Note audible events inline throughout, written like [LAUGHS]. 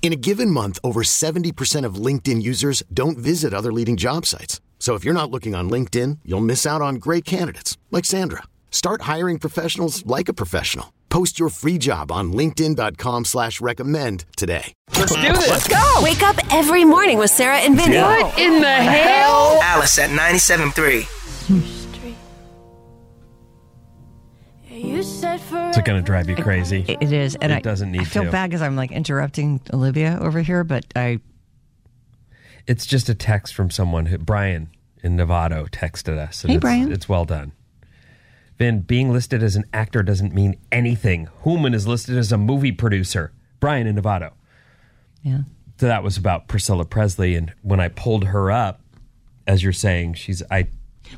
In a given month, over 70% of LinkedIn users don't visit other leading job sites. So if you're not looking on LinkedIn, you'll miss out on great candidates like Sandra. Start hiring professionals like a professional. Post your free job on linkedin.com slash recommend today. Let's do this. Let's go. Wake up every morning with Sarah and Vinny. What in the hell? Alice at 97.3. Is it going to drive you crazy? It is, and It I, doesn't need I feel to. bad because I'm like interrupting Olivia over here, but I It's just a text from someone who, Brian in Novato texted us. and Hey, it's, Brian. It's well done. Vin, being listed as an actor doesn't mean anything. Human is listed as a movie producer. Brian in Novato. yeah. So that was about Priscilla Presley. And when I pulled her up, as you're saying, she's, I,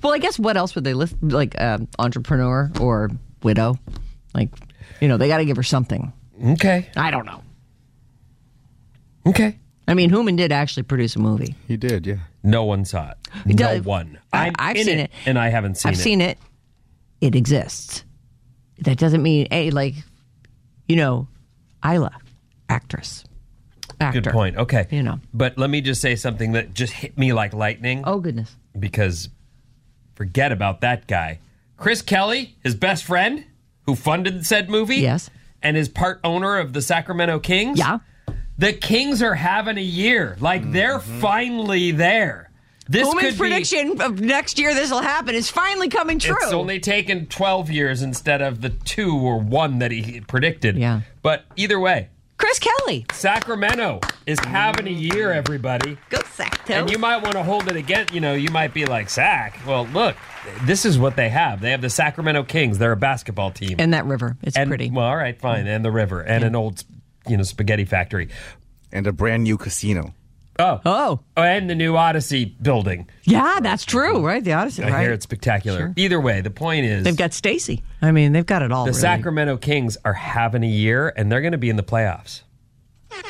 Well, I guess what else would they list? Like um, entrepreneur or widow? Like, you know, they got to give her something. okay, I don't know. okay. I mean, Human did actually produce a movie. He did, yeah. No one saw it. No does- one. I- I'm I've in seen it. And I haven't seen I've it. seen it. It exists. That doesn't mean a like, you know, Isla, actress, actor. Good point. Okay. You know. But let me just say something that just hit me like lightning. Oh goodness. because forget about that guy. Chris Kelly, his best friend, who funded said movie, Yes. and is part owner of the Sacramento Kings. Yeah. the Kings are having a year. Like they're finally there. This Human's could prediction of next year this will happen is finally coming be. true. It's only taken twelve years instead of the two or one that he predicted. Yeah. but either way, Chris Kelly. Sacramento is having a year. Everybody. Go Sacto. And you might want to hold it again. You know, you might be like, Sac, well, look, this is what they have. They have the Sacramento Kings. They're a basketball team. and that river. It's And- pretty. Well, all right, fine. And the river and an old, you know, spaghetti factory. And a brand new casino. Oh. oh, Oh, and the new Odyssey building. yeah, that's true, right? The Odyssey, I right? hear it's spectacular. Either way, the point is They've got Stacy. I mean, they've got it all. the really. Sacramento Kings are having a year and they're going to be in the playoffs.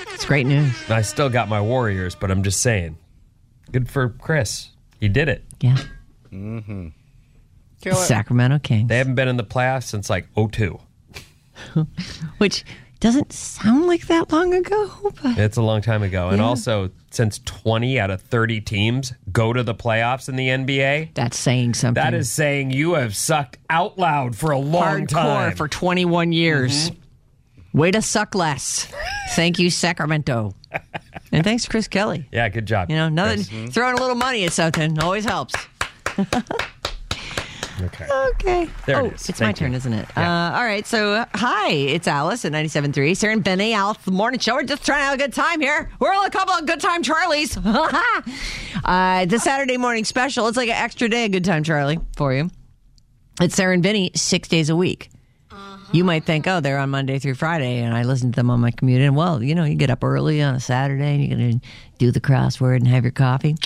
It's great news. I still got my Warriors, but I'm just saying, good for Chris. He did it. Yeah. The Sacramento Kings, They haven't been in the playoffs since like 02. which doesn't sound like that long ago, but It's a long time ago. And also, since 20 out of 30 teams go to the playoffs in the NBA, that's saying something. that is saying you have sucked out loud for a long Hmm. hardcore time. Mm-hmm. for 21 years. Way to suck less. Thank you, [LAUGHS] Sacramento, and thanks, Chris Kelly. yeah, good job. You know, nothing. Throwing a little money at something always helps. Okay. Okay. There oh, it is. It's my Thank turn, you. isn't it? Uh, all right. So, uh, hi, it's Alice at 97.3. Sarah and Benny, Alice, the morning show. We're just trying to have a good time here. We're all a couple of good time Charlies. [LAUGHS] uh, the Saturday morning special. It's like an extra day of good time Charlie for you. It's Sarah and Benny six days a week. You might think, oh, they're on Monday through Friday, and I listen to them on my commute. And well, you know, you get up early on a Saturday and you're going to do the crossword and have your coffee.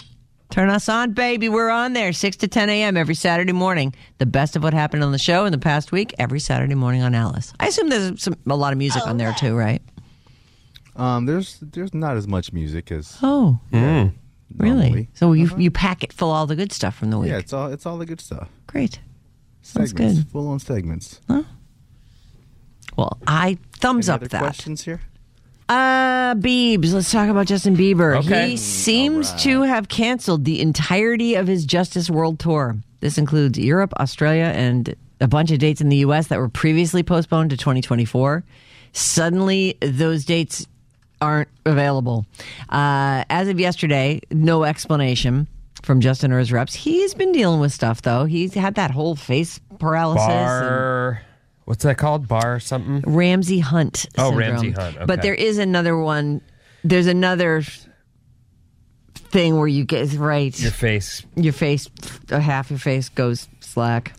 Turn us on, baby. We're on there 6 to 10 a.m. every Saturday morning. The best of what happened on the show in the past week every Saturday morning on Alice. I assume there's some, a lot of music on there too, right? Um, there's there's not as much music as Oh, really? Uh-huh. normally. So you you pack it full all the good stuff from the week. Yeah, it's all it's all the good stuff. Great. Sounds Segments, good. full on segments. Well, I thumbs Any up other that. questions here? Uh, Biebs, let's talk about Justin Bieber. Okay. He seems to have canceled the entirety of his Justice World Tour. This includes Europe, Australia, and a bunch of dates in the U.S. that were previously postponed to 2024. Suddenly, those dates aren't available. Uh, as of yesterday, no explanation from Justin or his reps. He's been dealing with stuff, though. He's had that whole face paralysis. and- Bar. What's that called? Bar something? Ramsey Hunt. Oh, syndrome. Ramsey Hunt, okay. But there is another one. There's another thing where you get right. Your face. your face, uh, half your face goes slack.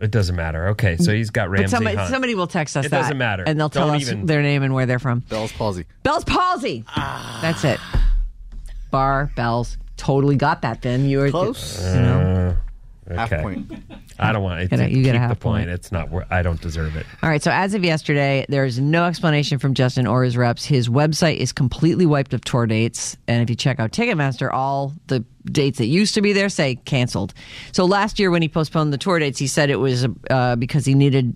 It doesn't matter. Okay, so he's got Ramsey but somebody, Hunt. somebody will text us It that. doesn't matter. And they'll tell Don't us even- their name and where they're from. Bell's palsy. Bell's palsy. That's it. Bar, Bell's. Totally got that, Ben. You were Close. You know? Half Okay. point. I don't want it. Get a- to you get a keep the half point. point. It's not. wor- I don't deserve it. All right. So as of yesterday, there is no explanation from Justin or his reps. His website is completely wiped of tour dates, and if you check out Ticketmaster, all the dates that used to be there say canceled. So last year, when he postponed the tour dates, he said it was uh, because he needed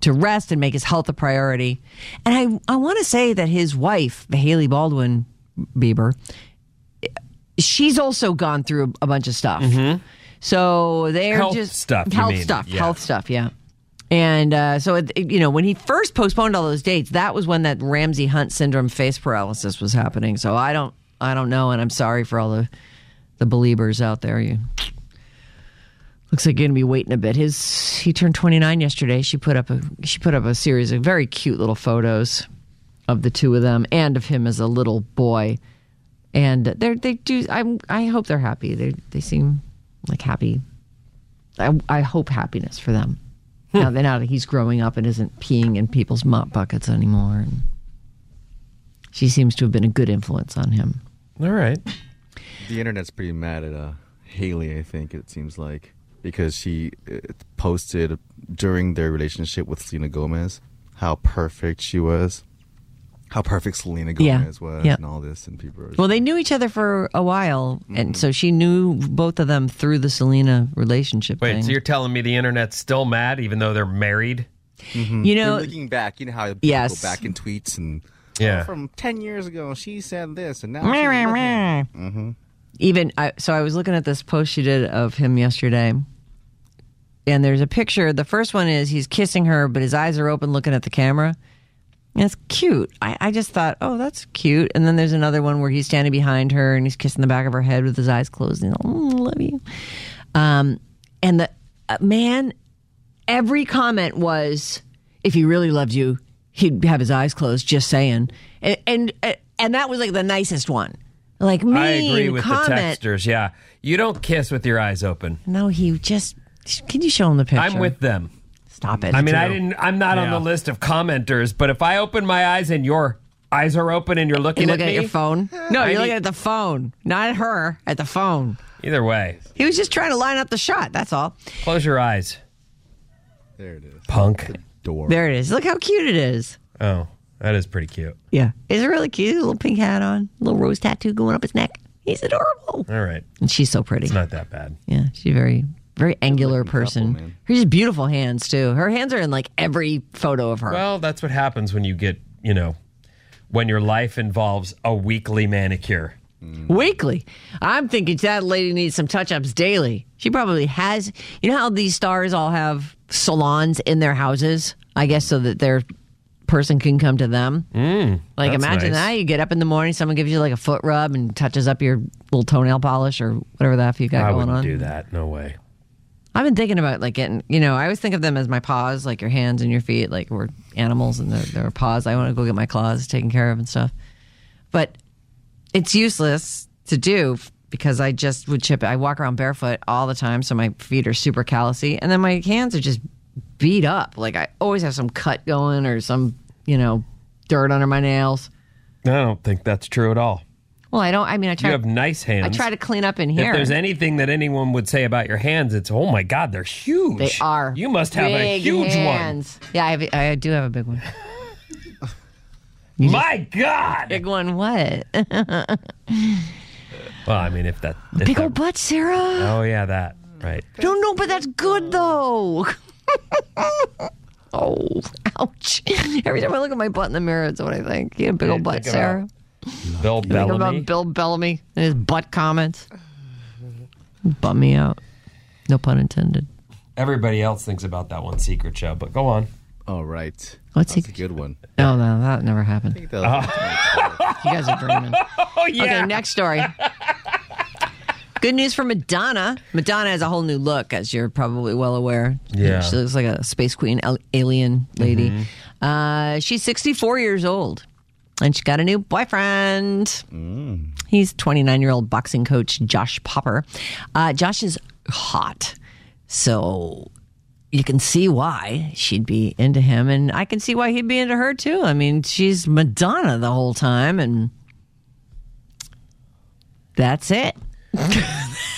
to rest and make his health a priority. And I I want to say that his wife, Haley Baldwin Bieber, she's also gone through a bunch of stuff. So they're Mm-hmm. Health just stuff, you health mean. stuff, Yeah. health stuff, yeah. And uh, so it, you know when he first postponed all those dates, that was when that Ramsey Hunt syndrome face paralysis was happening. So I don't, I don't know, and I'm sorry for all the the believers out there. You looks like you're gonna be waiting a bit. His he turned 29 yesterday. She put up a she put up a series of very cute little photos of the two of them and of him as a little boy and they they do. I I hope they're happy. They they seem like happy. I I hope happiness for them. Now that now that he's growing up and isn't peeing in people's mop buckets anymore, and she seems to have been a good influence on him. All right. The internet's pretty mad at uh, Haley. I think it seems like because she uh, posted during their relationship with Selena Gomez how perfect she was, how perfect Selena Yeah. Gomez was, Yeah. and all this, and people. Are just, Well, they knew each other for a while, and so she knew both of them through the Selena relationship Wait. thing. So you're telling me the internet's still mad, even though they're married? you They're know, looking back, you know how people Yes. go back in tweets and Yeah. from ten years ago she said this and now she's looking at Mm-hmm. Even I, so, I was looking at this post she did of him yesterday, and there's a picture. The first one is he's kissing her, but his eyes are open, looking at the camera. And it's cute. I, I just thought, oh, that's cute. And then there's another one where he's standing behind her and he's kissing the back of her head with his eyes closed. And he's like, mm, love you. Um, and the uh, man, every comment was, if he really loved you, he'd have his eyes closed. Just saying, and and, uh, and that was like the nicest one. Like mean I agree with the comment. texters. Yeah. You don't kiss with your eyes open. no, he just. Can you show him the picture? I'm with them. Stop it. I mean, I didn't. I'm not on the list of commenters, but if I open my eyes and your eyes are open and you're looking You looking at at, me, your phone? No, I you're need- looking at the phone, not at her. At the phone. Either way, He was just trying to line up the shot. That's all. close your eyes, There it is. punk. Door. There it is. Look how cute it is. Oh, that is pretty cute. Yeah, is it really cute? Little pink hat on, little rose tattoo going up his neck. He's adorable. All right, And she's so pretty. it's not that bad. Yeah, she's a very very angular person. man. Her just beautiful hands too. Her hands are in like every photo of her. Well, that's what happens when you get, you know, when your life involves a weekly manicure. Weekly. I'm thinking that lady needs some touch ups daily. She probably has. You know how these stars all have salons in their houses? I guess so that their person can come to them. Mm, like, that's imagine nice. that. You get up in the morning, someone gives you like a foot rub and touches up your little toenail polish or whatever the F you got I going wouldn't on. do that. No way. I've been thinking about like getting, you know, I always think of them as my paws, like your hands and your feet, like we're animals and they're, they're paws. I want to go get my claws taken care of and stuff. But it's useless to do because I just would chip it. I walk around barefoot all the time, so my feet are super callousy. And then my hands are just beat up. Like I always have some cut going or some, you know, dirt under my nails. I don't think that's true at all. Well, I don't, I mean, I You try, have nice hands. I try to clean up in here. If there's anything that anyone would say about your hands, it's oh my god, they're huge. They are. You must have a big huge hands. one. Yeah, I, have, I do have a big one. one. My god. Big one, what? Well, I mean, if that. If Big that- old butt, Sarah. Oh yeah, that right. No, no, but that's good though. [LAUGHS] oh, ouch! Every time I look at my butt in the mirror, that's what I think. Yeah, big old butt, think about Sarah. Bill Think Bellamy. about Bill Bellamy and his butt comments. Bum me out. No pun intended. Everybody else thinks about that one secret show, but go on. All right. What's That's he- a good one. Oh no, that never happened. I think that was- You guys are dreaming. Oh yeah. Okay, next story. Good news for Madonna. Madonna has a whole new look, as you're probably well aware. Yeah. She looks like a space queen al- alien lady. Uh, she's 64 years old, and she got a new boyfriend. He's 29 year old boxing coach Josh Popper. Uh, Josh is hot. So you can see why she'd be into him, and I can see why he'd be into her too. I mean, she's Madonna the whole time, and that's it. [LAUGHS]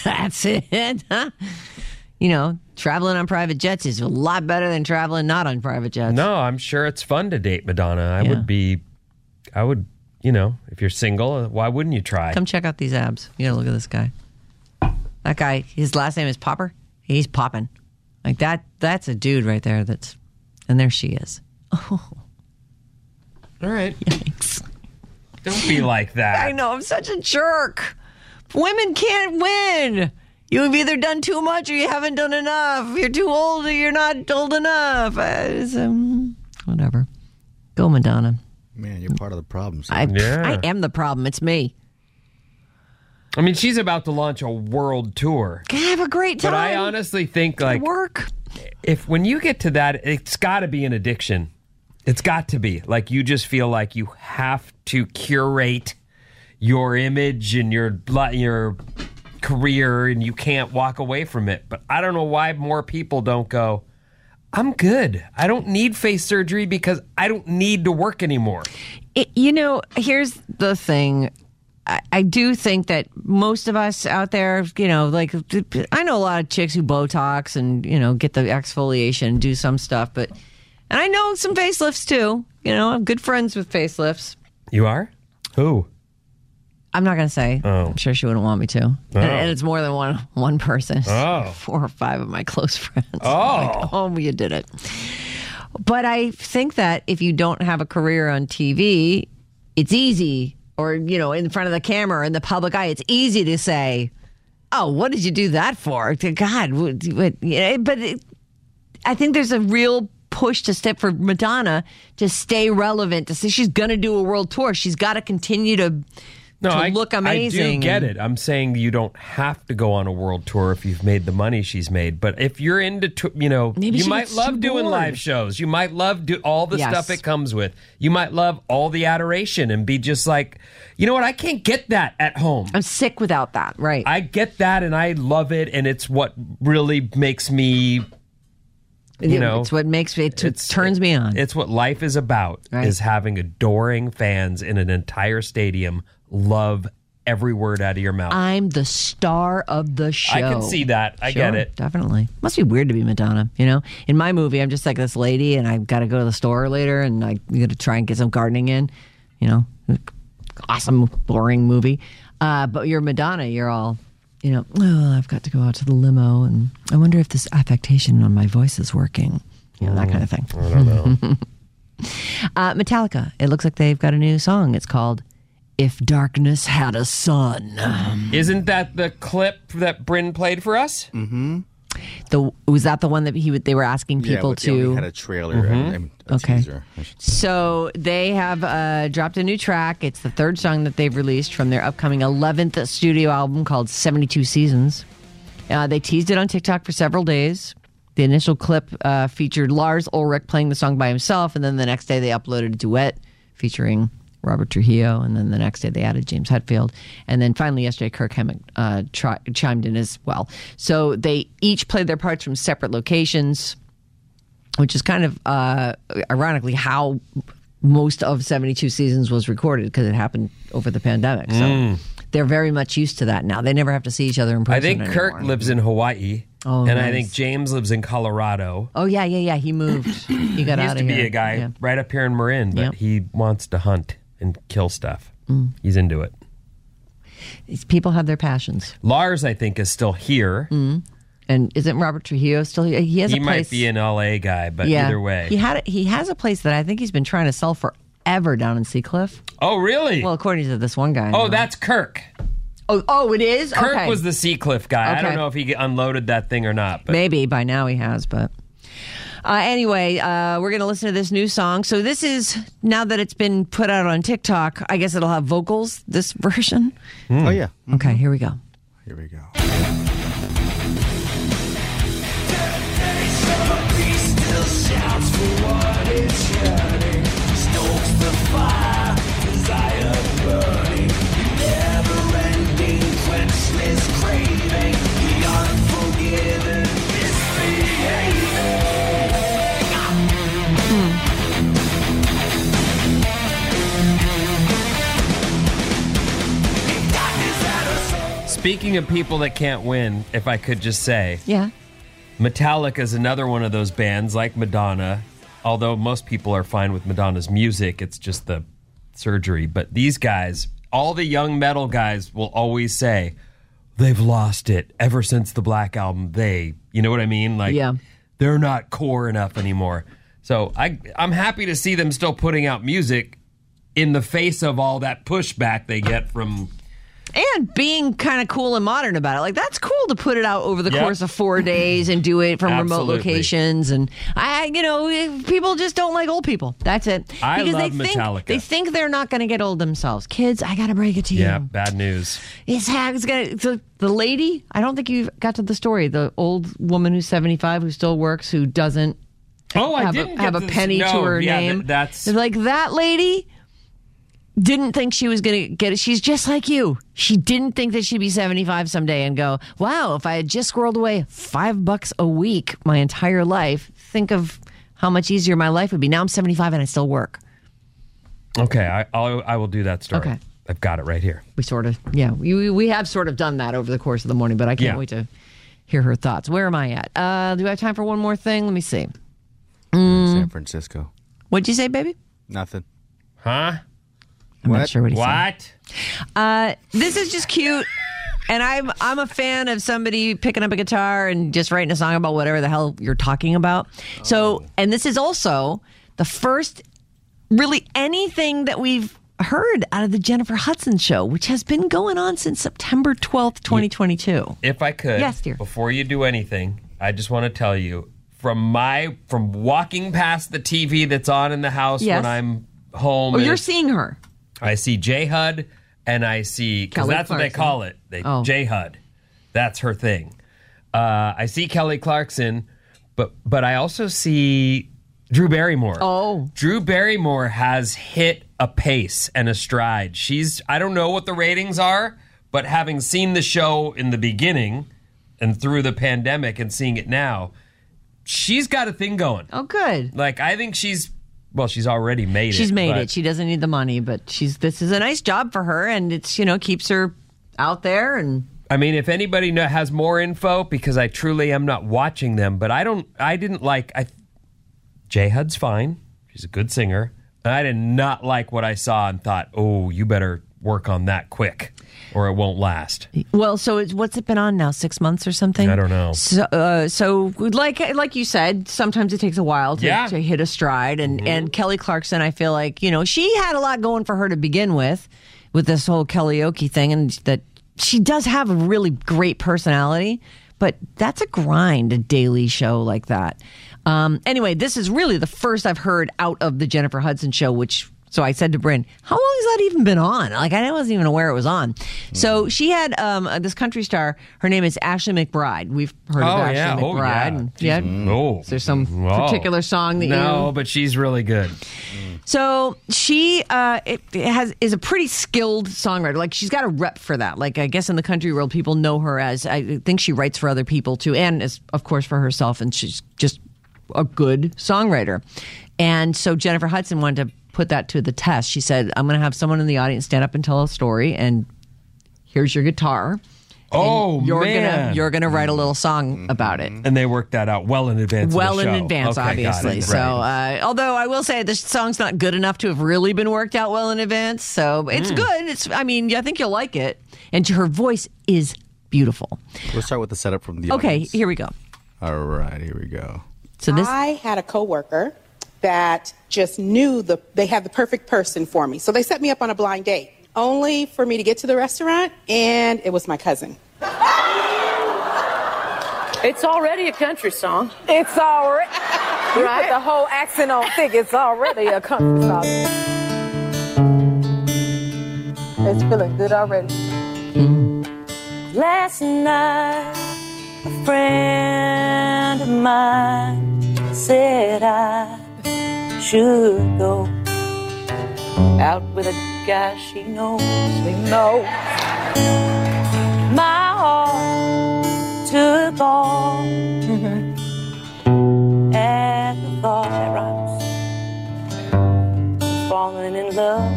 that's it. huh? You know, traveling on private jets is a lot better than traveling not on private jets. No, I'm sure it's fun to date Madonna. I Yeah. would be, I would, you know, if you're single, uh, why wouldn't you try? Come check out these abs. You gotta look at this guy. That guy, his last name is Popper. He's popping. Like that that's a dude right there that's and there she is. All right. Don't be like that. I know, I'm such a jerk. Women can't win. You've either done too much or you haven't done enough. You're too old or you're not old enough. Uh, it's, um, whatever. Go Madonna. Man, you're part of the problem. So. I, Yeah. I am the problem. It's me. I mean, she's about to launch a world tour. Have a great time. But I honestly think, like, work. if when you get to that, it's got to be an addiction. It's got to be. Like, you just feel like you have to curate your image and your li- your career, and you can't walk away from it. But I don't know why more people don't go. I'm good. I don't need face surgery because I don't need to work anymore. It, you know, here's the thing. I, I do think that most of us out there, you know, like I know a lot of chicks who Botox and you know get the exfoliation and do some stuff, but and I know some facelifts too. You know, I'm good friends with facelifts. You are? Who? I'm not gonna say. Oh. I'm sure she wouldn't want me to, and, and it's more than one one person. It's Oh. [LAUGHS] four or five of my close friends. [LAUGHS] Oh. Oh, you did it. But I think that if you don't have a career on TV, it's easy, or, you know, in front of the camera, in the public eye, it's easy to say, oh, what did you do that for? To God. what- what- yeah, But it, I think there's a real push to step for Madonna to stay relevant, to say she's going to do a world tour. She's got to continue to. to look I do amazing get and- it. I'm saying you don't have to go on a world tour if you've made the money she's made. But if you're into, tou- you know, Maybe you she might gets love too doing bored. live shows. You might love do all the Yes. stuff it comes with. You might love all the adoration and be just like, you know what? I can't get that at home. I'm sick without that, right? I get that and I love it, and it's what really makes me. you It- know, it's what makes me, it t- it's- turns me on. It's what life is about: Right. is having adoring fans in an entire stadium love every word out of your mouth. I'm the star of the show. I can see that. I get Sure, it. Definitely. Must be weird to be Madonna, you know? In my movie, I'm just like this lady and I've got to go to the store later and I got to try and get some gardening in, you know? Awesome, boring movie. Uh, but you're Madonna, you're all, you know, well, I've got to go out to the limo and I wonder if this affectation on my voice is working. You know, that kind of thing. I don't know. [LAUGHS] uh, Metallica, it looks like they've got a new song. It's called If Darkness Had a Sun. Isn't that the clip that Bryn played for us? The was that the one that he would, they were asking yeah, people but they to only had a trailer and, and a Okay. teaser. I should- So they have uh, dropped a new track. It's the third song that they've released from their upcoming 11th studio album called 72 Seasons. Uh, they teased it on TikTok for several days. The initial clip uh, featured Lars Ulrich playing the song by himself, and then the next day they uploaded a duet featuring Robert Trujillo, and then the next day they added James Hetfield, and then finally yesterday Kirk Hammett uh, tri- chimed in as well. So they each played their parts from separate locations which is kind of uh, ironically how most of 72 seasons was recorded because it happened over the pandemic. So they're very much used to that now. They never have to see each other in person. Mm. I think Kirk anymore. lives in Hawaii, Oh, and I nice. think James lives in Colorado. Oh, yeah, yeah, yeah. He [CLEARS THROAT] moved. He got He out used of to be here. a guy Yeah. right up here in Marin, but Yep. Mm. he wants to hunt and kill stuff. He's into it. These People have their passions. Lars, I think, is still here. And isn't Robert Trujillo still here? He has He Mm. a might place. be an LA guy, but yeah. either way. He, had, a- he has a place that I think he's been trying to sell forever down in Sea Cliff. oh, really? Well, according to this one guy. I oh, know. that's Kirk. Oh, oh, it is? Kirk okay. was the Seacliff guy. I don't Okay. know if he unloaded that thing or not, but Maybe by now he has, but. Uh, anyway, uh, we're going to listen to this new song. So, this is now that it's been put out on TikTok, I guess it'll have vocals, this [LAUGHS] version. Oh yeah, Okay, here we go. Here we go. Speaking of people that can't win, if I could just say, Yeah. Metallica is another one of those bands like Madonna. Although most people are fine with Madonna's music, it's just the surgery. But these guys, all the young metal guys, will always say they've lost it ever since the Black Album. They, you know what I mean? Like, Yeah. they're not core enough anymore. So I, I'm happy to see them still putting out music in the face of all that pushback they get from And being kind of cool and modern about it. Like, that's cool to put it out over the Yeah. course of four days and do it from remote Absolutely. locations. And I, you know, people just don't like old people. That's it. I love they Metallica. Think, they think they're not going to get old themselves. Kids, I got to break it to yeah, you. bad news. It's hag's gonna the, the lady. I don't think you got to the story. The old woman who's seventy five who still works who doesn't Oh, I have didn't a, get have a this- penny to no, her yeah, name. th- that's They're like that lady didn't think she was going to get it. She's just like you. She didn't think that she'd be 75 someday and go, "Wow, if I had just squirreled away 5 bucks a week my entire life, think of how much easier my life would be. Now I'm 75 and I still work." Okay, I I'll, I will do that story. Okay. I've got it right here. We sort of, yeah, we, we have sort of done that over the course of the morning, but I can't Yeah. wait to hear her thoughts. Where am I at? Uh, do I have time for one more thing? Let me see. Mm. San Francisco. What'd you say, baby? Nothing. Huh? I'm not sure what he said. What? Uh, this is just cute. And I'm I'm a fan of somebody picking up a guitar and just writing a song about whatever the hell you're talking about. Oh. So, and this is also the first really anything that we've heard out of the Jennifer Hudson show, which has been going on since September 12th, 2022. If I could, Yes, dear. Before you do anything, I just want to tell you from my from walking past the TV that's on in the house Yes. when I'm home. Oh, and you're it's- seeing her. I see J HUD and I see because Kelly that's what they Clarkson. call it. They Oh. J HUD. That's her thing. Uh, I see Kelly Clarkson, but but I also see Drew Barrymore. Oh. Drew Barrymore has hit a pace and a stride. She's I don't know what the ratings are, but having seen the show in the beginning and through the pandemic and seeing it now, she's got a thing going. Oh, good. Like I think she's well, she's already made it. She's made but- it. She doesn't need the money, but she's this is a nice job for her and it's, you know, keeps her out there and I mean, if anybody know, has more info, because I truly am not watching them, but I don't, I didn't like, I, J Hud's fine. She's a good singer. I did not like what I saw and thought, oh, you better work on that quick or it won't last. Well, so it's what's it been on now? Six months or something? I don't know. So, uh, so like like you said, sometimes it takes a while to, Yeah. to hit a stride. And Mm-hmm. and Kelly Clarkson, I feel like you know she had a lot going for her to begin with, with this whole karaoke thing, and that she does have a really great personality. But that's a grind, a daily show like that. Um, anyway, this is really the first I've heard out of the Jennifer Hudson show, which so I said to Bryn, "How long has that even been on?" Like I wasn't even aware it was on. Mm-hmm. So she had um, uh, this country star. Her name is Ashley McBride. We've heard of Oh, Ashley yeah. Oh, yeah. McBride. and- yeah. Oh. Is there some particular song that No, you- but she's really good. So she uh, it, it has is a pretty skilled songwriter. Like she's got a rep for that. Like I guess in the country world, people know her as. I think she writes for other people too, and as, of course for herself. And she's just a good songwriter. And so Jennifer Hudson wanted to put that to the test. She said, "I'm going to have someone in the audience stand up and tell a story, and here's your guitar. Oh, You're man. Mm-hmm. gonna you're gonna write a little song about it." and they worked that out well in advance. of well the in show. advance, Okay, got obviously. it. So, Right. uh, although I will say this song's not good enough to have really been worked out well in advance, so it's Hmm. good. It's, I mean, I think you'll like it, and her voice is beautiful. We'll start with the setup from the Okay, audience. here we go. All right, here we go. So this, I had a coworker that just knew the they had the perfect person for me. So they set me up on a blind date, only for me to get to the restaurant, and it was my cousin. It's already a country song. It's [LAUGHS] already. right? the whole accent on thick. It's already a country song. It's feeling good already. Last night, a friend of mine said I should go out with a guy she knows. She knows. My heart took [LAUGHS] off at the thought that rhymes. Falling in love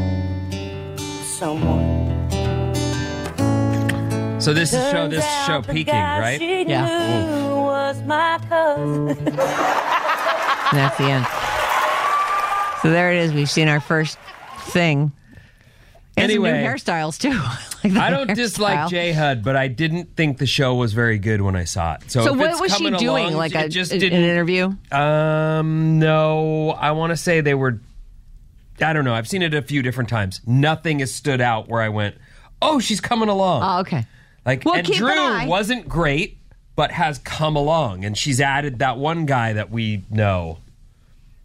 with someone. uh, So this is show this is show peaking, right? Yeah. Was my cousin. And that's the end. So there it is. We've seen our first thing. And some new Anyway. hairstyles too. [LAUGHS] I like the I don't hairstyle. dislike J HUD, but I didn't think the show was very good when I saw it. So, So, if what it's was she coming doing? along, like it a, just an didn't. interview? Um, no, I want to say they were. I don't know. I've seen it a few different times. Nothing has stood out where I went. Oh, she's coming along. Oh, okay. Like Well, and keep an Drew eye. wasn't great, but has come along, and she's added that one guy that we know,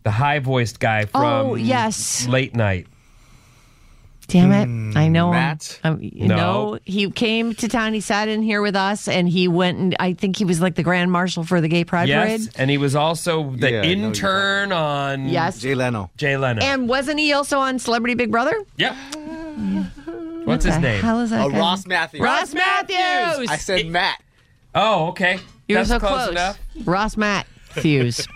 the high voiced guy from Oh, yes. late night. Damn it! Hmm. I know Matt? him. Um, no. No. he came to town. He sat in here with us, and he went and I think he was like the grand marshal for the gay pride Yes, parade. and he was also the Yeah, I know you're intern on Yes. Jay Leno. Jay Leno. And wasn't he also on Celebrity Big Brother? yep. What's What his the name? hell is that Oh, guy? Ross Matthews. Ross Matthews. I [LAUGHS] said Matt. Oh, okay. You're That's so close, close. enough. Ross [LAUGHS] Matthews.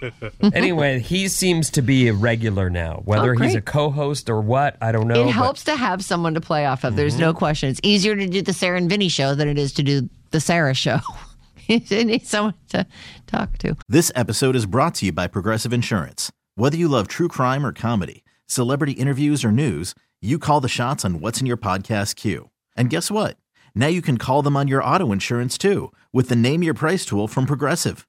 anyway, he seems to be a regular now. Whether Mm-hmm. Oh, he's a great. co-host or what, I don't know. it but- Mm-hmm. helps to have someone to play off of. There's no question. It's easier to do the Sarah and Vinny show than it is to do the Sarah show. [LAUGHS] you need someone to talk to. This episode is brought to you by Progressive Insurance. Whether you love true crime or comedy, celebrity interviews or news, you call the shots on what's in your podcast queue. And guess what? Now you can call them on your auto insurance too with the Name Your Price tool from Progressive.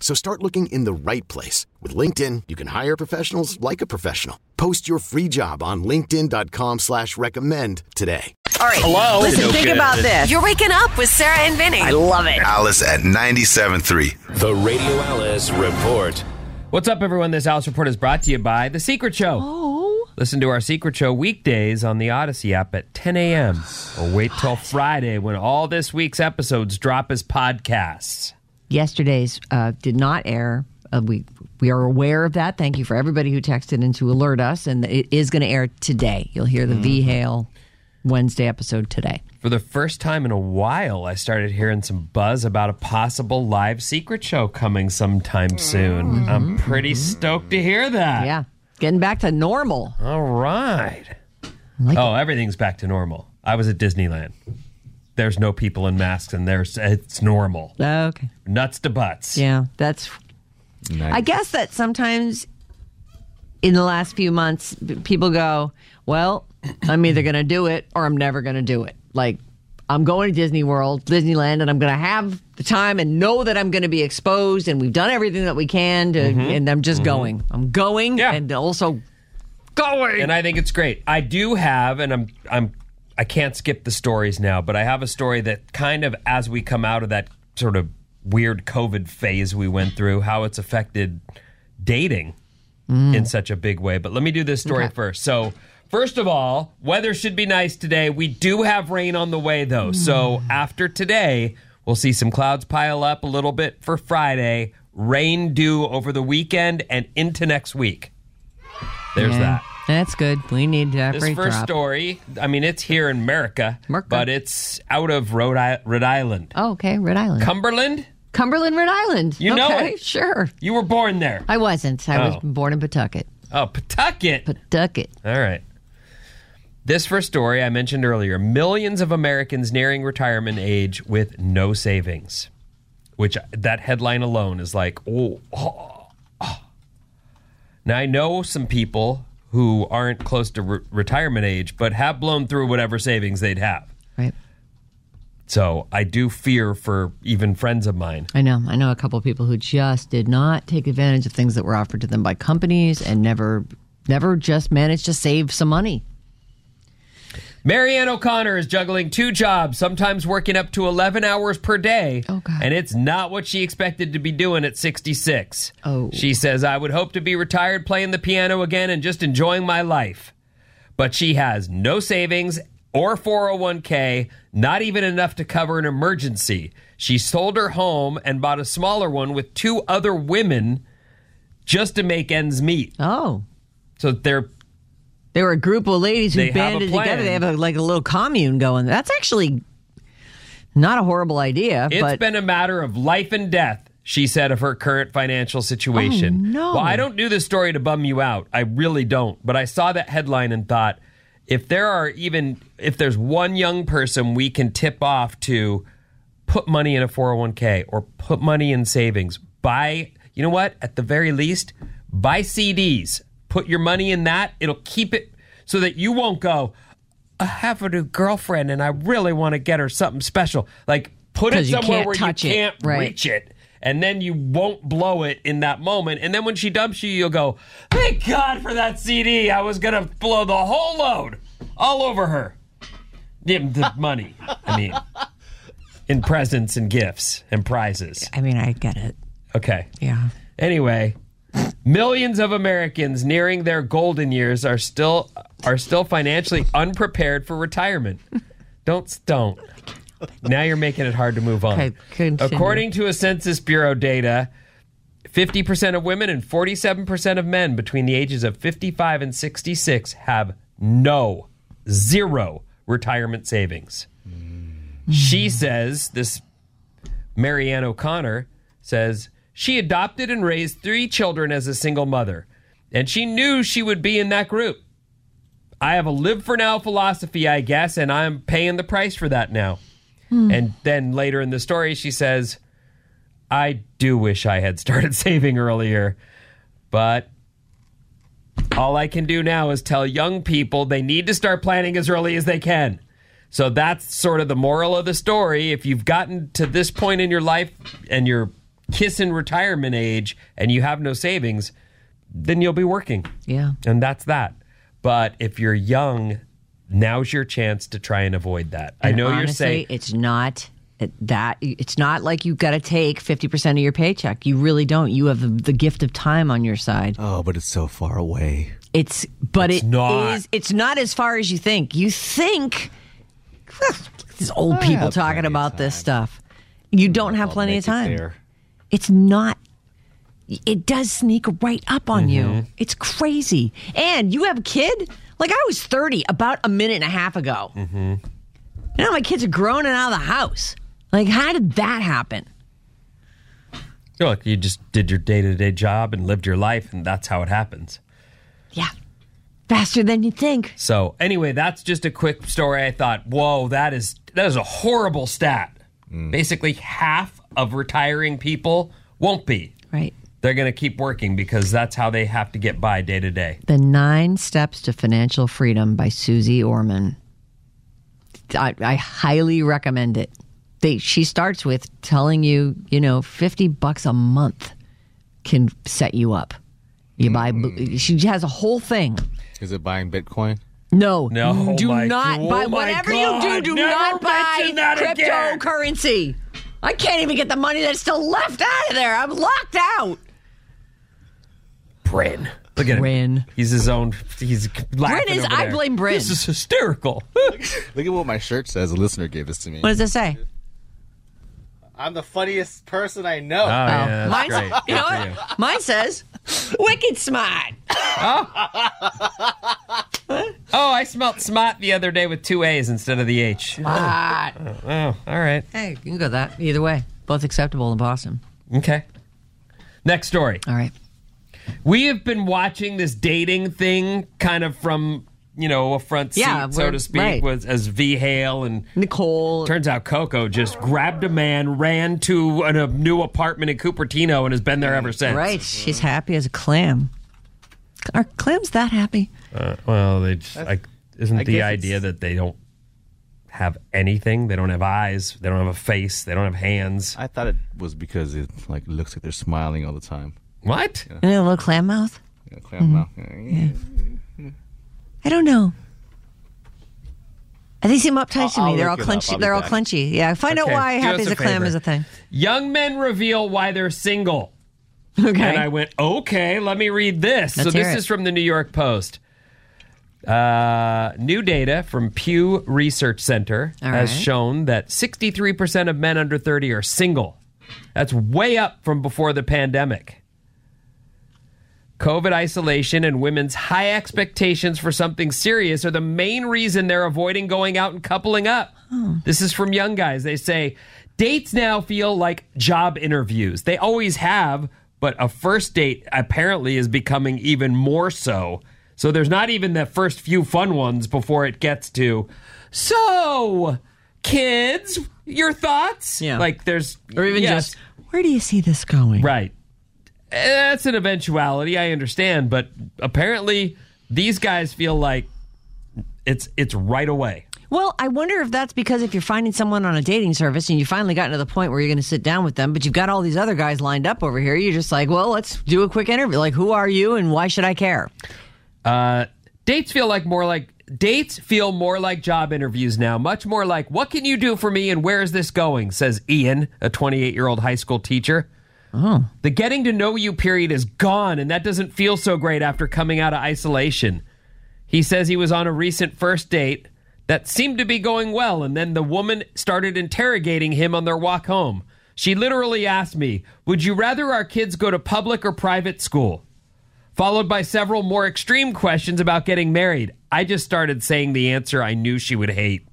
So start looking in the right place. With LinkedIn, you can hire professionals like a professional. Post your free job on linkedin.com slash recommend today. All right. Hello? Listen, No think good. about this. You're waking up with Sarah and Vinny. I love it. Alice at 97.3. The Radio Alice Report. What's up, everyone? This Alice Report is brought to you by The Secret Show. Oh. Listen to our Secret Show weekdays on the Odyssey app at 10 a.m. or wait till Friday when all this week's episodes drop as podcasts. Yesterday's uh, did not air. Uh, we we are aware of that. Thank you for everybody who texted in to alert us, and it is going to air today. You'll hear the V Hail Wednesday episode today. For the first time in a while, I started hearing some buzz about a possible live Secret Show coming sometime soon. I'm pretty stoked to hear that. Mm-hmm. Yeah, getting back to normal. All right. Like oh, everything's back to normal. I was at Disneyland. There's no people in masks, and there's it's normal. Okay. Nuts to butts. Yeah, that's. I guess that sometimes in the last few months, b- people go, "Well, I'm either going to do it or I'm never going to do it." Like, I'm going to Disney World, Disneyland, and I'm going to have the time and know that I'm going to be exposed, and we've done everything that we can, to, Mm-hmm. and I'm just going. I'm going, and also going. And I think it's great. I do have, and I'm I'm I can't skip the stories now, but I have a story that kind of as we come out of that sort of weird COVID phase we went through, how it's affected dating in such a big way. But let me do this story Okay. first. So First of all, weather should be nice today. We do have rain on the way, though. So after today, we'll see some clouds pile up a little bit for Friday, rain due over the weekend and into next week. There's Yeah. that. That's good. We need that This free first drop. story, I mean, it's here in America, but it's out of Rhode, I- Rhode Island. Oh, okay. Rhode Island. Cumberland? Cumberland, Rhode Island. You know Okay, it. Sure. You were born there. I wasn't. I was Oh. born in Pawtucket. Oh, Pawtucket. Pawtucket. All right. This first story I mentioned earlier millions of Americans nearing retirement age with no savings, which that headline alone is like, oh. oh, oh. Now, I know some people who aren't close to re- retirement age, but have blown through whatever savings they'd have. Right. So I do fear for even friends of mine. I know. I know a couple of people who just did not take advantage of things that were offered to them by companies and never, never just managed to save some money. Marianne O'Connor is juggling two jobs, sometimes working up to 11 hours per day. And it's not what she expected to be doing at 66. Oh. She says, I would hope to be retired playing the piano again and just enjoying my life. But she has no savings or 401k, not even enough to cover an emergency. She sold her home and bought a smaller one with two other women just to make ends meet. Oh. So they're They were a group of ladies who They have a banded plan. together. They have a, like a little commune going. That's actually not a horrible idea, It's but been a matter of life and death, she said of her current financial situation. Oh, no. Well, I don't do this story to bum you out. I really don't. But I saw that headline and thought, if there are even if there's one young person we can tip off to put money in a 401k or put money in savings, buy, you know what? At the very least, buy CDs. Put your money in that. It'll keep it so that you won't go, I have a new girlfriend and I really want to get her something special. Like put it 'Cause you somewhere can't where touch you it, can't right. reach it. And then you won't blow it in that moment. And then when she dumps you, you'll go, Thank God for that CD. I was going to blow the whole load all over her. The, the money, [LAUGHS] I mean, in presents and gifts and prizes. I mean, I get it. Okay. Yeah. Anyway, millions of Americans nearing their golden years are still are still financially unprepared for retirement. Don't don't. Now you're making it hard to move on. Okay, continue. According to a Census Bureau data, 50% of women and 47% of men between the ages of 55 and 66 have no, zero retirement savings. Hmm. She says, this Marianne O'Connor says, she adopted and raised three children as a single mother, and she knew she would be in that group. I have a live for now philosophy, I guess, and I'm paying the price for that now. And then later in the story, she says, I do wish I had started [LAUGHS] saving earlier, but all I can do now is tell young people they need to start planning as early as they can. So that's sort of the moral of the story. If you've gotten to this point in your life and you're kissing retirement age and you have no savings, then you'll be working. Yeah. And that's that. But if you're young, now's your chance to try and avoid that. I And know you're honestly, saying it's not that it's not like you've got to take 50% of your paycheck. You really don't. You have the, the gift of time on your side. Oh, but it's so far away. It's but it's not. it's not as far as you think. You think these old people talking about this stuff. You don't have plenty of time. It's not it does sneak right up on you. It's crazy. And you have a kid? Like I was 30 about a minute and a half ago. Mhm. Now my kids are grown and out of the house. Like how did that happen? Look, you just did your day to day job and lived your life, and that's how it happens. Faster than you think. So, anyway, that's just a quick story. I thought, whoa, that is that is a horrible stat. Basically, half of retiring people won't be right. They're going to keep working because that's how they have to get by day to day. The 9 Steps to Financial Freedom by Susie Orman. I, I highly recommend it. They, she starts with telling you, you know, 50 bucks a month can set you up. You buy, Mm. bl- she has a whole thing. Is it buying Bitcoin? No, No, do my- not oh buy my whatever God, you do. Do never not buy mention that again. cryptocurrency. I can't even get the money that's still left out of there. I'm locked out. Bryn. Look at him. He's his own. He's laughing. Bryn is- over I there. blame Bryn. This is hysterical. [LAUGHS] Oh, Look at what my shirt says. A listener gave this to me. What does it say? I'm the funniest person I Oh, know. yeah, Mine's- You know what? Mine says, "Wicked smart." Oh, I smelled smart the other day with two A's instead of the H. Smart. Oh, oh, all right. Hey, you can go that either way. Both acceptable in Boston. Okay. Next story. All right. We have been watching this dating thing kind of from, you know, a front seat, Yeah, so we're- to speak, right. was as V Hale and Nicole. Turns out Coco just grabbed a man, ran to an, a new apartment in Cupertino, and has been there ever since. Right. She's happy as a clam. Are clams that happy? Uh, well, they just, I, isn't I the guess idea that they don't have anything? They don't have eyes. They don't have a face. They don't have hands. I thought it was because it like looks like they're smiling all the time. What? And a little clam mouth? Yeah, clam mouth. Mm-hmm. Yeah. I don't know. They seem uptight to I'll- me. I'll they're all look it up. I'll clenchy. be They're all back. clenchy. Yeah. Find out Okay, why do happy us as a a clam favor. is a thing. Young men reveal why they're single. [LAUGHS] Okay. And I went, okay, let me read this. so Let's this hear is it. from the New York Post. Uh, new data from Pew Research Center All has right. shown that 63% of men under 30 are single. That's way up from before the pandemic. COVID isolation and women's high expectations for something serious are the main reason they're avoiding going out and coupling up. This is from young guys. They say dates now feel like job interviews. They always have, but a first date apparently is becoming even more so. So there's not even the first few fun ones before it gets to, so kids, your thoughts? Yeah. Like there's. Or even yes. just, where do you see this going? Right. Eh, That's an eventuality, I understand, but apparently these guys feel like it's it's right away. Well, I wonder if that's because if you're finding someone on a dating service and you finally gotten to the point where you're going to sit down with them, but you've got all these other guys lined up over here, you're just like, well, let's do a quick interview. Like, who are you and why should I care? Uh, dates feel like more like dates feel more like job interviews now, much more like what can you do for me and where is this going? Says Ian, a 28 year old high school teacher. Oh. The getting to know you period is gone, and that doesn't feel so great after coming out of isolation. He says he was on a recent first date that seemed to be going well, and then the woman started interrogating him on their walk home. She literally asked me, Would you rather our kids go to public or private school? Followed by several more extreme questions about getting married. I just started saying the answer I knew she would hate.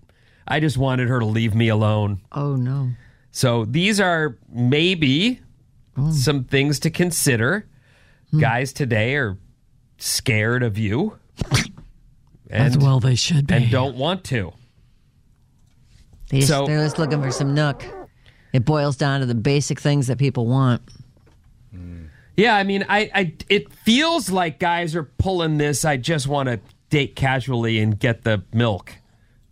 I just wanted her to leave me alone. Oh, no. So these are maybe some things to consider. Guys today are scared of you. As well they should be. And don't want to. They just, So- they're just looking for some nook. It boils down to the basic things that people want. Yeah, I mean, I, I it feels like guys are pulling this. I just want to date casually and get the milk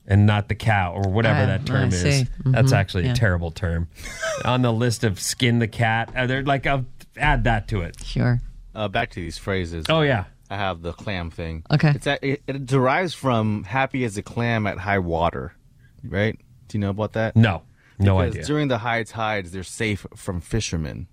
and not the cow or whatever Ah, that I term is. see. Mm-hmm. That's Mhm, actually yeah. a terrible term. [LAUGHS] On the list of skin the cat, uh, they're like, I'll add that to it. Sure. Uh, back to these phrases. Oh, yeah. I have the clam thing. Okay. It's a, it, it derives from happy as a clam at high water, right? Do you know about that? No. No because idea. During the high tides, they're safe from fishermen.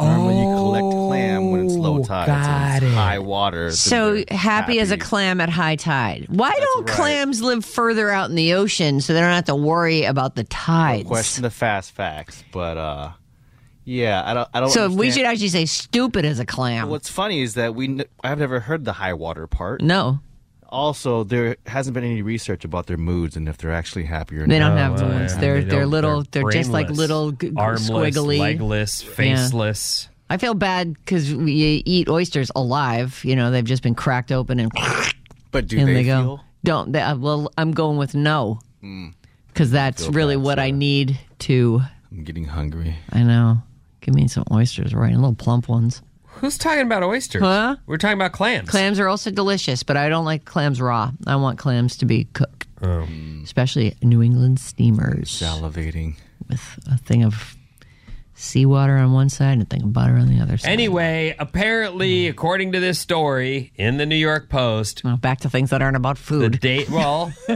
Normally, you collect clam when it's low tide, got so it. it's high water. So they're happy, as a clam at high tide. Why don't right. clams live further out in the ocean so they don't have to worry about the tides? question the fast facts, but uh, yeah, I don't. I don't. so we understand- should actually say stupid as a clam. What's funny is that we n- I've never heard the high water part. No. Also, there hasn't been any research about their moods and if they're actually happy or They not. Oh, don't have the ones. They're they're little. They're, just like little g- g- armless, squiggly, legless, Yeah. faceless. I feel bad because you eat oysters alive. You know they've just been cracked open and. But do in they go. feel? Don't. They, uh, well, I'm going with no Mm. because that's Feel really bad, what I need to. I'm getting hungry. I know. Give me some oysters, right? Little plump ones. Who's talking about oysters? Huh? We're talking about clams. Clams are also delicious, but I don't like clams raw. I want clams to be cooked, Um, Hmm. especially New England steamers Salivating. with a thing of seawater on one side and think of butter on the other side. Anyway, apparently, according to this story in the New York Post, Oh, back to things that aren't about food. The date, well, [LAUGHS]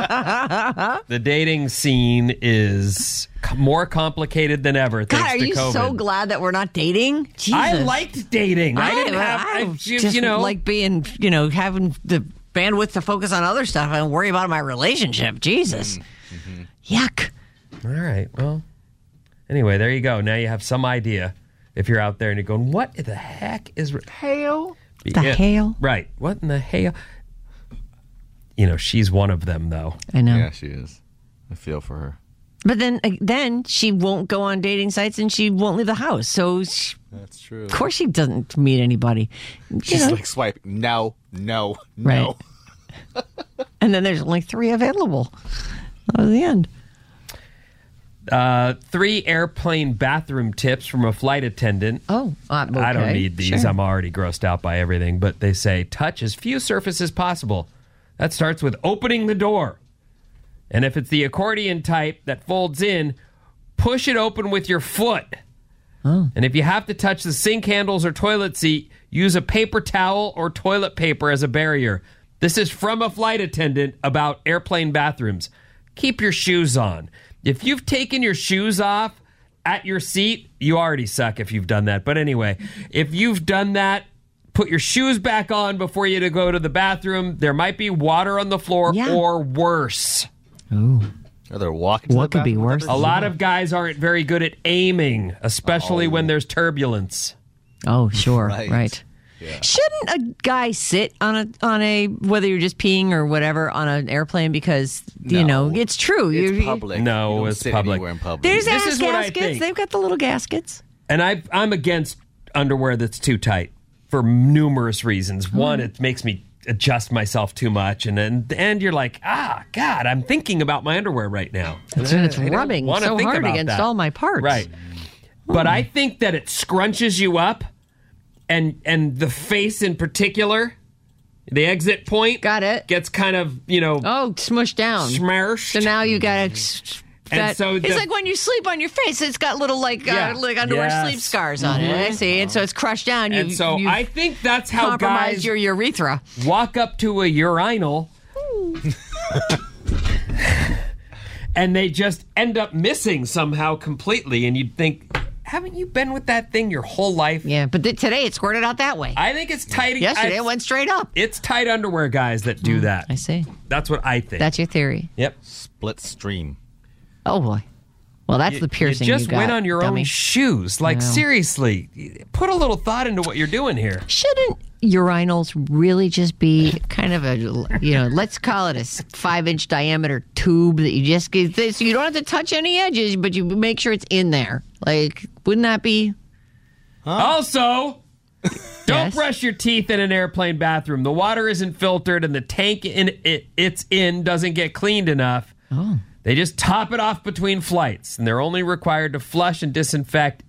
the dating scene is c- more complicated than ever. God, thanks are to you COVID. so glad that we're not dating? Jesus. I liked dating. I didn't have- I just, you know- like being, you know, having the bandwidth to focus on other stuff and worry about my relationship. Jesus, Mm, mm-hmm. yuck. All right. Well, anyway, there you go. Now you have some idea if you're out there and you're going, what in the heck is re- hail? Be The it. hail. Right. What in the hail? You know, she's one of them, though. I know. Yeah, she is. I feel for her. But then, uh, then she won't go on dating sites and she won't leave the house. So she, That's true. Of course, she doesn't meet anybody. You She's know, like swipe. No, no, Right. [LAUGHS] no. and then there's only three available. That was the end. Uh, three airplane bathroom tips from a flight attendant. Oh, I don't okay, need these. sure. I'm already grossed out by everything. But they say touch as few surfaces possible. That starts with opening the door. And if it's the accordion type that folds in, push it open with your foot. And if you have to touch the sink handles or toilet seat, use a paper towel or toilet paper as a barrier. This is from a flight attendant about airplane bathrooms. Keep your shoes on. If you've taken your shoes off at your seat, you already suck if you've done that. But anyway, if you've done that, put your shoes back on before you to go to the bathroom. There might be water on the floor Yeah. or worse. Oh, Are they walking? what could be worse? A lot of guys aren't very good at aiming, especially when there's turbulence. Oh, [LAUGHS] sure, Right. right. Shouldn't a guy sit on a on a whether you're just peeing or whatever on an airplane because you know it's true. It's you public. No, You don't it's sit public. anywhere in public. There's This ass is what I gaskets. think. They've got the little gaskets. And I, I'm against underwear that's too tight for numerous Hmm. reasons. One, it makes me adjust myself too much, and then and you're like, ah, God, I'm thinking about my underwear right now. That's right. It's I don't rubbing wanna so think hard about against that. all my parts. Right. But I think that it scrunches you up, and and the face in particular, the exit point, got it, gets kind of you know Oh, smushed down. Smashed. So now you got to. And so the- it's like when you sleep on your face, it's got little like Yeah. uh, like underwear Yes. sleep scars on it. I Mhm. see, and so it's crushed down. And You've- so you've I think that's how compromised guys- your urethra. walk up to a urinal and they just end up missing somehow completely and you'd think haven't you been with that thing your whole life yeah but th- today it squirted out that way i think it's tight e- Yesterday I- it went straight up. it's tight underwear guys that do that i see that's what i think That's your theory. yep split stream Oh boy. Well, that's You- the piercing. you just got, went on your dummy. own shoes like Yeah. seriously put a little thought into what you're doing here Shouldn't urinals really just be [LAUGHS] kind of a, you know, let's call it a s- five inch diameter tube that you just get this? You don't have to touch any edges, but you make sure it's in there. Like, wouldn't that be? Also, don't Yes? brush your teeth in an airplane bathroom. The water isn't filtered, and the tank in it, it's in doesn't get cleaned enough. Oh. They just top it off between flights, and they're only required to flush and disinfect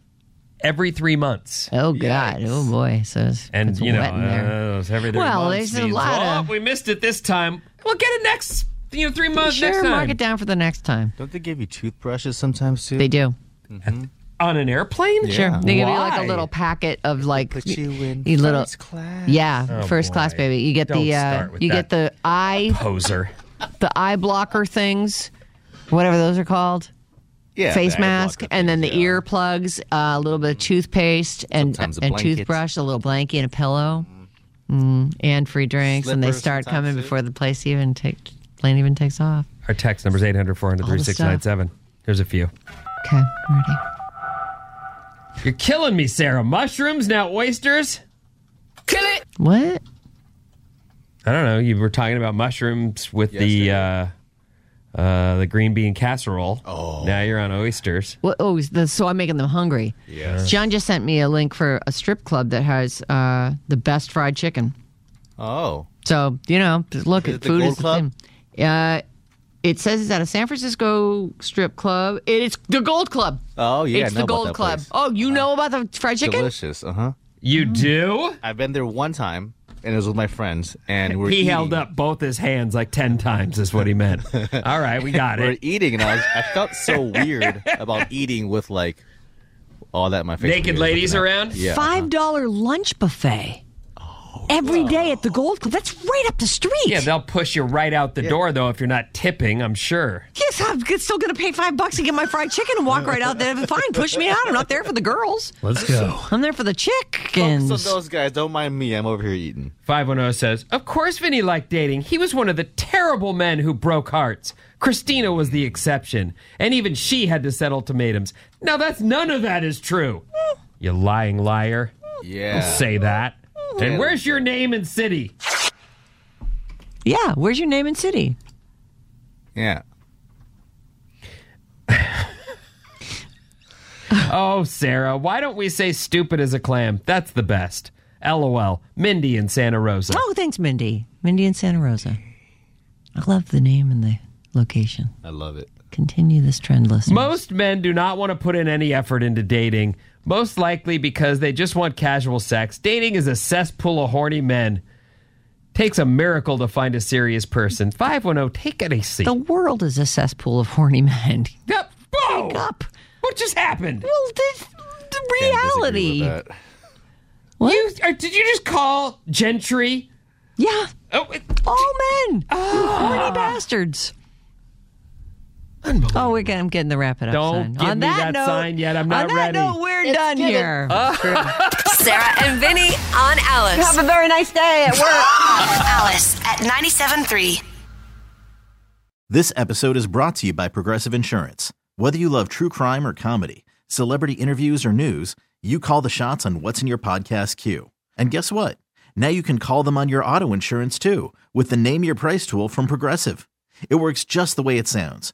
every three months. Oh, God. Oh, boy. So it's, And it's you know, wet in there. uh, every three Well, months there's a means, lot "Oh, of- we missed it this time. We'll get it next. You know, three months sure, next mark time it down for the next time. Don't they give you toothbrushes sometimes too? They do. on an airplane. Sure. They give you like Why? a little packet of like Put you in you little first class. Yeah, Oh, first boy. class baby. You get Don't the uh, start with you that get the eye poser. the eye blocker things, whatever those are called. Yeah, face the eye mask, blocker and then the ear plugs, uh, a little bit of toothpaste, and Sometimes a and blanket. toothbrush, a little blanket, and a pillow, mm, and free drinks. and they Slippers start sometimes, coming too. before the place even take plane even takes off. Our text number is 800 400 All the stuff. 3697. Here's a few. Okay, ready. You're killing me, Sarah. Mushrooms, now oysters. Kill it. What? I don't know. You were talking about mushrooms with the uh, uh, the green bean casserole. Oh, now you're on oysters. Well, oh, is the, so I'm making them hungry. Yeah. John just sent me a link for a strip club that has uh, the best fried chicken. Oh, So you know, just look at Is it the food Gold is the Club? thing. Uh, it says it's at a San Francisco strip club. It is the Gold Club. oh yeah. I it's know the about Gold that Club. place. Uh-huh. Oh, you know about the fried chicken? Delicious. Uh huh. You do? I've been there one time, and it was with my friends, and we're he eating. held up both his hands like ten times. Is what he [LAUGHS] meant. All right, we got We're it. [LAUGHS] eating, and I, was, I felt so weird about eating with like all that in my face. Naked ladies around? Yeah. Five dollar lunch buffet Oh, every day at the Gold Club. That's right up the street. Yeah, they'll push you right out the door though if you're not tipping. I'm sure. Yes, I'm g- still going to pay five bucks to get my fried chicken and walk right out there. Fine, push me out. I'm not there for the girls. Let's go. I'm there for the chickens. So those guys, don't mind me. I'm over here eating. 510 says, Of course, Vinny liked dating. He was one of the terrible men who broke hearts. Christina was the exception, and even she had to set ultimatums. Now, that's none of that is true. you lying liar. Yeah. Don't say that. Yeah. And where's your name and city? Yeah, where's your name and city? Yeah. Oh, Sarah, why don't we say stupid as a clam? That's the best. LOL. Mindy in Santa Rosa. Oh, thanks, Mindy. Mindy in Santa Rosa. I love the name and the location. I love it. Continue this trend list. Most men do not want to put in any effort into dating, most likely because they just want casual sex. Dating is a cesspool of horny men. Takes a miracle to find a serious person. 510, take it easy. The world is a cesspool of horny men. Yep. Whoa! Wake up. What just happened? Well, this the reality. You, or did you just call Gentry? Yeah, Oh, it- all men. Ah. Horny bastards. Oh, we're getting, I'm getting the wrap it up Don't sign. give on me that note, sign yet. I'm not on that ready. note, we're done given. here. Sarah and Vinny on Alice. Have a very nice day at work. Alice at 97.3. This episode is brought to you by Progressive Insurance. Whether you love true crime or comedy, celebrity interviews or news, you call the shots on what's in your podcast queue. And guess what? Now you can call them on your auto insurance too with the Name Your Price tool from Progressive. It works just the way it sounds.